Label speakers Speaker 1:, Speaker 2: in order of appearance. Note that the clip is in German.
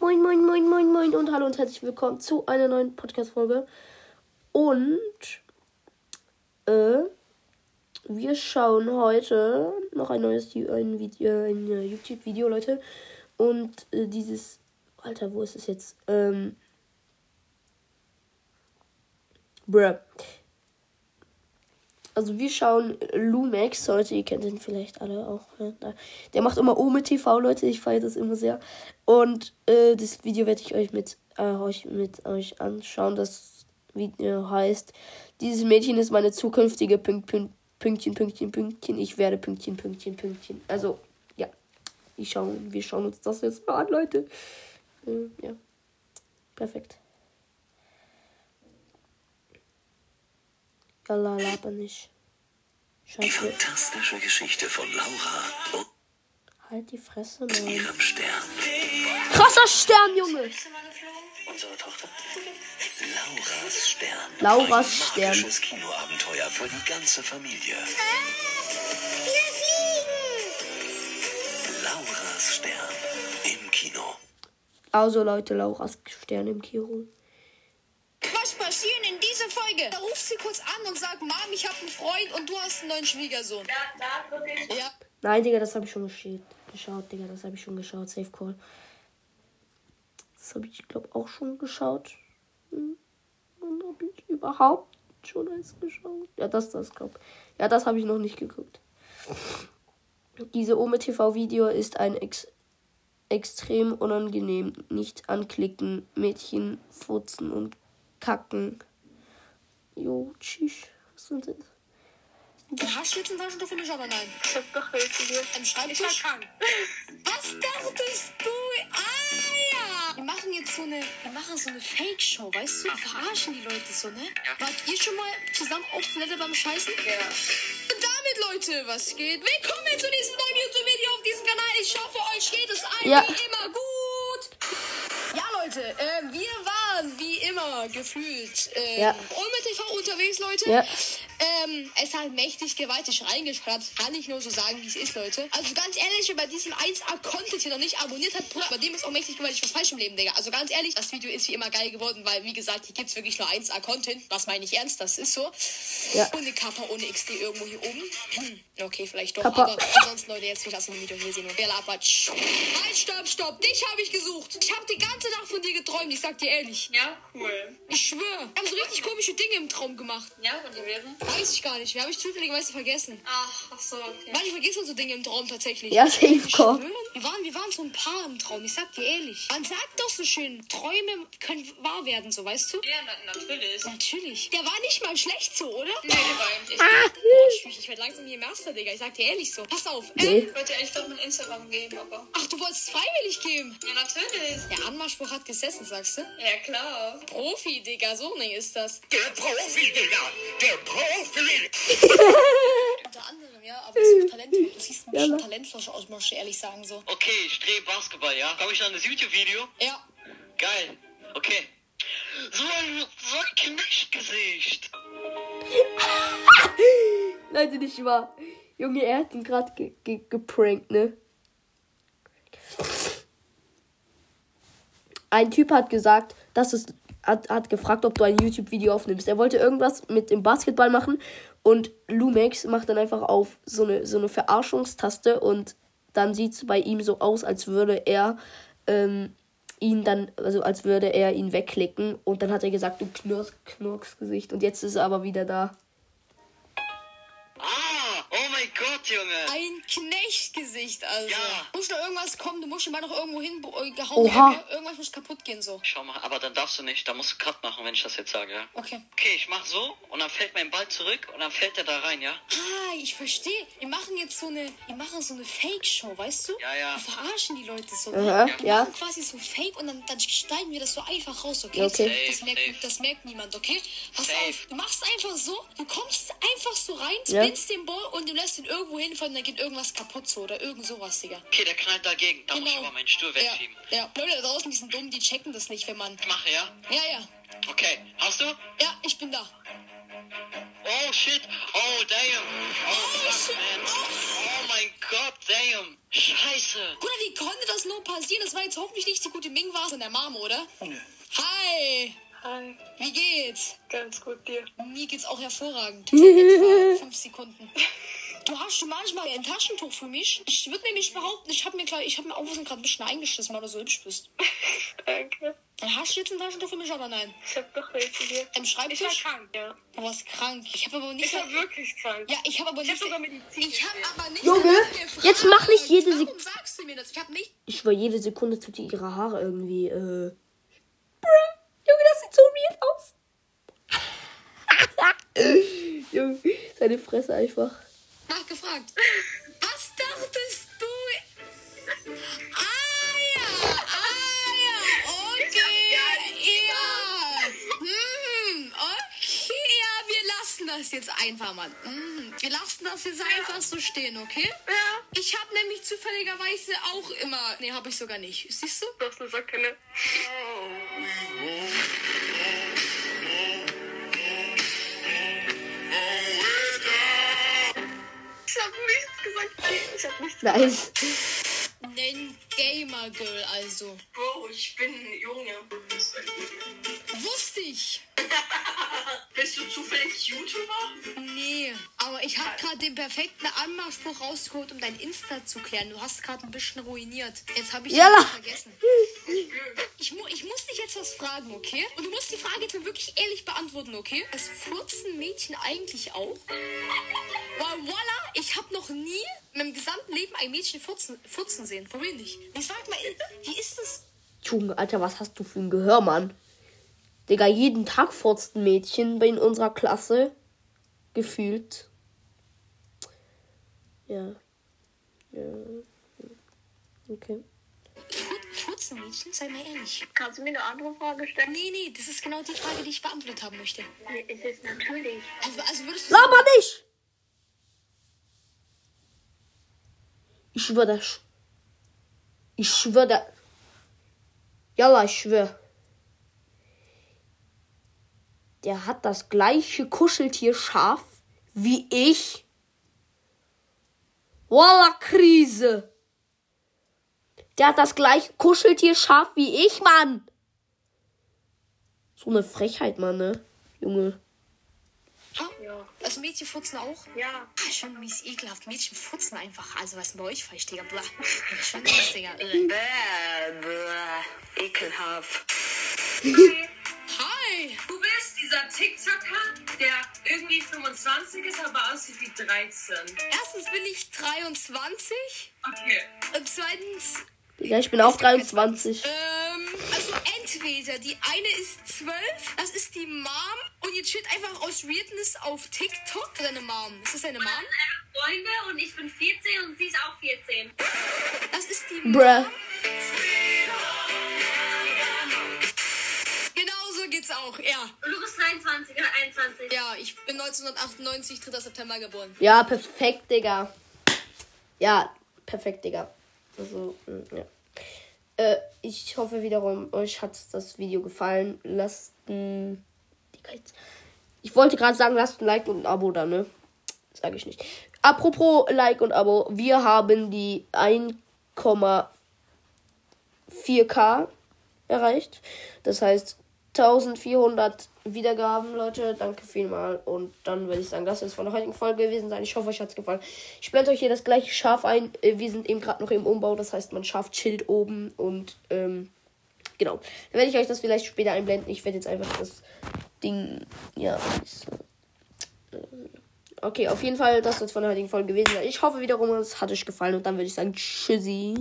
Speaker 1: Moin, moin, moin, moin, moin und hallo und herzlich willkommen zu einer neuen Podcast-Folge. Und äh, wir schauen heute noch ein neues Ju- ein Video, ein äh, YouTube-Video, Leute. Und äh, dieses. Alter, wo ist es jetzt? Ähm. Bruh. Also wir schauen Lumax heute, ihr kennt ihn vielleicht alle auch. ne? Da- Der macht immer Ome TV, Leute, ich feiere das immer sehr. Und äh, das Video werde ich euch mit, äh, euch mit euch anschauen. Das Video heißt, dieses Mädchen ist meine zukünftige Pünkt, Pünkt, Pünktchen, Pünktchen, Pünktchen. Ich werde Pünktchen, Pünktchen, Pünktchen. Also, ja. Ich schau, wir schauen uns das jetzt mal an, Leute. Äh, ja. Perfekt. Yalla, laber nicht.
Speaker 2: Die
Speaker 1: Scheiße.
Speaker 2: fantastische Geschichte von Laura und
Speaker 1: Halt die Fresse, Mann.
Speaker 2: ihrem Stern.
Speaker 1: Krasser Stern, Junge!
Speaker 2: Unsere Tochter? Lauras Stern.
Speaker 1: Lauras
Speaker 2: Ein
Speaker 1: Stern.
Speaker 2: magisches Kinoabenteuer für die ganze Familie. Lauras Stern im Kino.
Speaker 1: Also Leute, Lauras Stern im Kiro.
Speaker 3: Was passiert in dieser Folge? Da ruft sie kurz an und sagt, Mom, ich habe einen Freund und du hast einen neuen Schwiegersohn. Ja.
Speaker 1: Nein, Digga, das habe ich schon geschaut. geschaut, Digga, das habe ich schon geschaut. Safe Call. Das habe ich, glaube auch schon geschaut. Hm. Und habe ich überhaupt schon eins geschaut? Ja, das, das, glaube Ja, das habe ich noch nicht geguckt. Diese Ome TV-Video ist ein Ex extrem unangenehm. Nicht anklicken. Mädchen furzen und kacken. Jo, tschüss. Was sind das?
Speaker 3: Du hast jetzt einen Taschentuch für mich, aber nein.
Speaker 4: Ich hab doch welche hier.
Speaker 3: Am Schreibtisch?
Speaker 4: Ich kann.
Speaker 3: Was dachtest du? Ah ja! Wir machen jetzt so eine, wir machen so eine Fake-Show, weißt du? Wir verarschen die Leute so, ne? Wart ihr schon mal zusammen auf Toilette beim Scheißen? Ja. Und damit, Leute, was geht? Willkommen zu diesem neuen YouTube-Video auf diesem Kanal. Ich hoffe, euch geht es allen
Speaker 1: Ja.
Speaker 3: wie immer gut. Ja, Leute, äh, wir waren wie immer gefühlt äh,
Speaker 1: Ja.
Speaker 3: ohne TV unterwegs, Leute.
Speaker 1: Ja.
Speaker 3: Ähm, es hat mächtig gewaltig reingeschraubt. Kann ich nur so sagen, wie es ist, Leute. Also ganz ehrlich, wer bei diesem 1A-Content hier noch nicht abonniert hat, Bruder, bei dem ist auch mächtig gewaltig was falsch im Leben, Digga. Also ganz ehrlich, das Video ist wie immer geil geworden, weil, wie gesagt, hier gibt's wirklich nur 1A-Content. Was meine ich ernst? Das ist so.
Speaker 1: Ja.
Speaker 3: Ohne Kappa, ohne XD irgendwo hier oben. Hm, okay, vielleicht doch.
Speaker 1: Kappa.
Speaker 3: Aber ansonsten, Leute, jetzt viel Spaß mit dem Video. Wir sehen uns. Wer labert? Halt, stopp, stopp. Dich habe ich gesucht. Ich habe die ganze Nacht von dir geträumt. Ich sag dir ehrlich.
Speaker 4: Ja, cool.
Speaker 3: Ich schwöre. Ich habe so richtig komische Dinge im Traum gemacht.
Speaker 4: Ja, und die wären?
Speaker 3: Weiß ich gar nicht. Mehr habe ich zufälligerweise vergessen.
Speaker 4: Ach, ach so, okay.
Speaker 3: Manchmal vergisst man so Dinge im Traum tatsächlich.
Speaker 1: Ja, safe
Speaker 3: Ich schwöre,
Speaker 1: Call.
Speaker 3: wir waren, wir waren so ein Paar im Traum, ich sag dir ehrlich. Man sagt doch so schön, Träume können wahr werden, so weißt du?
Speaker 4: Ja, na, natürlich.
Speaker 3: Natürlich. Der war nicht mal schlecht so, oder?
Speaker 4: Nee, geräumt. Ich,
Speaker 3: Boah, ich, ich werd langsam hier Master, Digga. Ich sag dir ehrlich so. Pass auf. Ähm,
Speaker 1: Nee.
Speaker 4: ich wollte eigentlich doch mein Instagram geben, aber.
Speaker 3: ach, du wolltest freiwillig geben.
Speaker 4: Ja, natürlich.
Speaker 3: Der Anmachspruch hat gesessen, sagst du?
Speaker 4: Ja, klar.
Speaker 3: Profi, Digga, so ne ist das.
Speaker 2: Der Profi, Digga! Der Profi!
Speaker 3: Unter anderem, ja, aber so Talent, du siehst ein bisschen talentlos aus, muss ich ehrlich sagen so.
Speaker 5: Okay, ich drehe Basketball, ja? Komm ich an das YouTube-Video?
Speaker 3: Ja,
Speaker 5: Geil. Okay. So ein, so ein Knechtgesicht.
Speaker 1: Leute, nicht wahr. Junge, er hat ihn gerade ge ge geprankt, ne? Ein Typ hat gesagt, dass es hat, hat gefragt, ob du ein YouTube-Video aufnimmst. Er wollte irgendwas mit dem Basketball machen und Lumex macht dann einfach auf so eine, so eine Verarschungstaste und dann sieht es bei ihm so aus, als würde er ähm, ihn dann, also als würde er ihn wegklicken und dann hat er gesagt, du Knurks, Knurks Gesicht und jetzt ist er aber wieder da.
Speaker 5: Ah, oh mein Gott, Junge.
Speaker 3: Ein Knechtgesicht, also.
Speaker 5: Ja.
Speaker 3: Muss noch irgendwas kommen, du musst schon mal noch irgendwo hin äh, gehauen
Speaker 1: Oha.
Speaker 3: werden, ja? Irgendwas muss kaputt gehen, so.
Speaker 5: Schau mal, aber dann darfst du nicht. Da musst du Cut machen, wenn ich das jetzt sage, ja?
Speaker 3: Okay.
Speaker 5: Okay, ich mach so und dann fällt mein Ball zurück und dann fällt er da rein, ja?
Speaker 3: Ah, ich verstehe. Wir machen jetzt so eine, wir machen so eine Fake-Show, weißt du?
Speaker 5: Ja, ja.
Speaker 3: Wir verarschen die Leute so.
Speaker 1: Aha,
Speaker 3: Wir
Speaker 1: ja.
Speaker 3: machen quasi so Fake und dann, dann schneiden wir das so einfach raus, okay?
Speaker 1: Ja, okay.
Speaker 3: Das,
Speaker 5: Safe, safe.
Speaker 3: merkt, das merkt niemand, okay? Pass
Speaker 5: Safe.
Speaker 3: auf, du machst einfach so, du kommst einfach so rein,
Speaker 1: Ja.
Speaker 3: spinnst den Ball und du lässt ihn irgendwo hinfallen, dann geht irgendwas kaputt so oder irgend sowas, Digga.
Speaker 5: Okay, der knallt dagegen. Da muss ich aber meinen Stuhl
Speaker 3: Genau. ja,
Speaker 5: wegschieben.
Speaker 3: ja. Leute da draußen, die sind dumm, die checken das nicht, wenn man.
Speaker 5: Ich mache, ja?
Speaker 3: Ja, ja.
Speaker 5: Okay. Hast du?
Speaker 3: Ja, ich bin da.
Speaker 5: Oh shit. Oh damn. Oh,
Speaker 3: shit.
Speaker 5: fuck, man. Oh mein Gott, damn. Scheiße.
Speaker 3: Bruder, wie konnte das nur passieren? Das war jetzt hoffentlich nicht die gute Ming war in der Mama, oder?
Speaker 5: Nö.
Speaker 3: Hi,
Speaker 6: Hi,
Speaker 3: wie geht's?
Speaker 6: ganz gut dir.
Speaker 3: Mir geht's auch hervorragend. In etwa fünf Sekunden. Du hast schon manchmal ein Taschentuch für mich. Ich würde nämlich behaupten, ich habe mir klar, ich habe mir auch gerade ein bisschen eingeschissen, weil du so hübsch bist.
Speaker 6: Danke.
Speaker 3: Dann hast du jetzt ein Taschentuch für mich oder nein?
Speaker 6: Ich hab doch welche hier.
Speaker 3: Am
Speaker 6: Ich war
Speaker 3: Schreibtisch?
Speaker 6: krank, ja.
Speaker 3: Du warst krank. Ich habe aber nicht.
Speaker 6: Ich war wirklich krank.
Speaker 3: Ja, ich habe aber
Speaker 6: Ich hab
Speaker 3: nicht.
Speaker 6: sogar Medizin.
Speaker 3: Ich habe aber nicht.
Speaker 1: Junge,
Speaker 3: danach gefragt.
Speaker 1: jetzt mach nicht jede Sek-
Speaker 3: Warum sagst du mir das? Ich habe nicht.
Speaker 1: Ich war jede Sekunde tut ihr ihre Haare irgendwie, äh. Bruh, Junge, das sieht so weird aus. Junge, seine Fresse einfach.
Speaker 3: nachgefragt. Was dachtest du? Ah ja, ah ja, okay, ja. Hm, okay, ja, wir lassen das jetzt einfach mal. Hm, wir lassen das jetzt einfach so stehen, okay?
Speaker 6: Ja.
Speaker 3: Ich habe nämlich zufälligerweise auch immer, nee, habe ich sogar nicht. Siehst du?
Speaker 6: Du hast eine Socke, ne? Ich hab nichts gesagt. Ich hab nichts gesagt.
Speaker 1: Nice.
Speaker 3: Nein, Gamer Girl also.
Speaker 6: Bro, ich bin ein Junge.
Speaker 3: Wusste ich.
Speaker 6: Bist du zufällig YouTuber?
Speaker 3: Nee, aber ich habe gerade den perfekten Anmachspruch rausgeholt, um dein Insta zu klären. Du hast gerade ein bisschen ruiniert. Jetzt habe ich
Speaker 1: Ja.
Speaker 3: das vergessen. Ich, mu ich muss dich jetzt was fragen, okay? Und du musst die Frage jetzt mal wirklich ehrlich beantworten, okay? Das furzen Mädchen eigentlich auch? Weil voila, ich habe noch nie in meinem gesamten Leben ein Mädchen furzen, furzen sehen. Warum nicht? Ich sag mal, wie ist das?
Speaker 1: Junge, Alter, was hast du für ein Gehör, Mann? Digga, jeden Tag furzt ein Mädchen bei in unserer Klasse. Gefühlt. Ja. Ja. Okay.
Speaker 3: Fur- Furzen Mädchen? Sei mal ehrlich.
Speaker 6: Kannst du mir eine andere Frage stellen?
Speaker 3: Nee, nee, das ist genau die Frage, die ich beantwortet haben möchte.
Speaker 6: Nee, es ist natürlich.
Speaker 3: Also, also würdest du...
Speaker 1: Laber nicht! Ich schwör das. Ich schwör das. Jalla, ich schwör. Der hat das gleiche Kuscheltier scharf wie ich. Walla Krise. Der hat das gleiche Kuscheltier scharf wie ich, Mann. So eine Frechheit, Mann, ne? Junge.
Speaker 3: Ah,
Speaker 6: Ja.
Speaker 3: Also Mädchen furzen auch?
Speaker 6: Ja.
Speaker 3: Ah, schon mies ekelhaft. Mädchen furzen einfach. Also was ist denn bei euch falsch, Digga? Blah. Schon mies, Digga. Äh.
Speaker 7: Bäh, bäh, ekelhaft.
Speaker 3: Hi!
Speaker 8: Du bist dieser TikToker, der irgendwie 25 ist, aber aussieht wie 13.
Speaker 3: Erstens bin ich 23
Speaker 8: Okay.
Speaker 3: und zweitens,
Speaker 1: Digga, ich bin auch 23.
Speaker 3: ähm, also entweder die eine ist 12, das ist die Mom und jetzt steht einfach aus Weirdness auf TikTok deine Mom. Ist das deine Mom?
Speaker 8: Freunde und ich bin 14 und sie ist auch 14.
Speaker 3: Das ist die
Speaker 1: Bruh.
Speaker 3: Genau so geht's auch, ja.
Speaker 8: Und du bist 23 oder 21.
Speaker 3: Ja, ich bin 1998, 3. September geboren.
Speaker 1: Ja, perfekt, Digga. Ja, perfekt, Digga. Also, mm, ja. Äh, ich hoffe wiederum, euch hat das Video gefallen. Lasst ein. Digga, jetzt- Ich wollte gerade sagen, lasst ein Like und ein Abo da, ne? Sage ich nicht. Apropos Like und Abo, wir haben die 1,4K erreicht. Das heißt 1400 Wiedergaben, Leute. Danke vielmal. Und dann würde ich sagen, das ist von der heutigen Folge gewesen sein. Ich hoffe, euch hat es gefallen. Ich blende euch hier das gleiche Schaf ein. Äh, Wir sind eben gerade noch im Umbau. Das heißt, man schafft Schild oben und ähm, genau. Dann werde ich euch das vielleicht später einblenden. Ich werde jetzt einfach das Ding. Ja, so. Ähm, Okay, auf jeden Fall, das ist von der heutigen Folge gewesen. sein. Ich hoffe wiederum, es hat euch gefallen. Und dann würde ich sagen, tschüssi.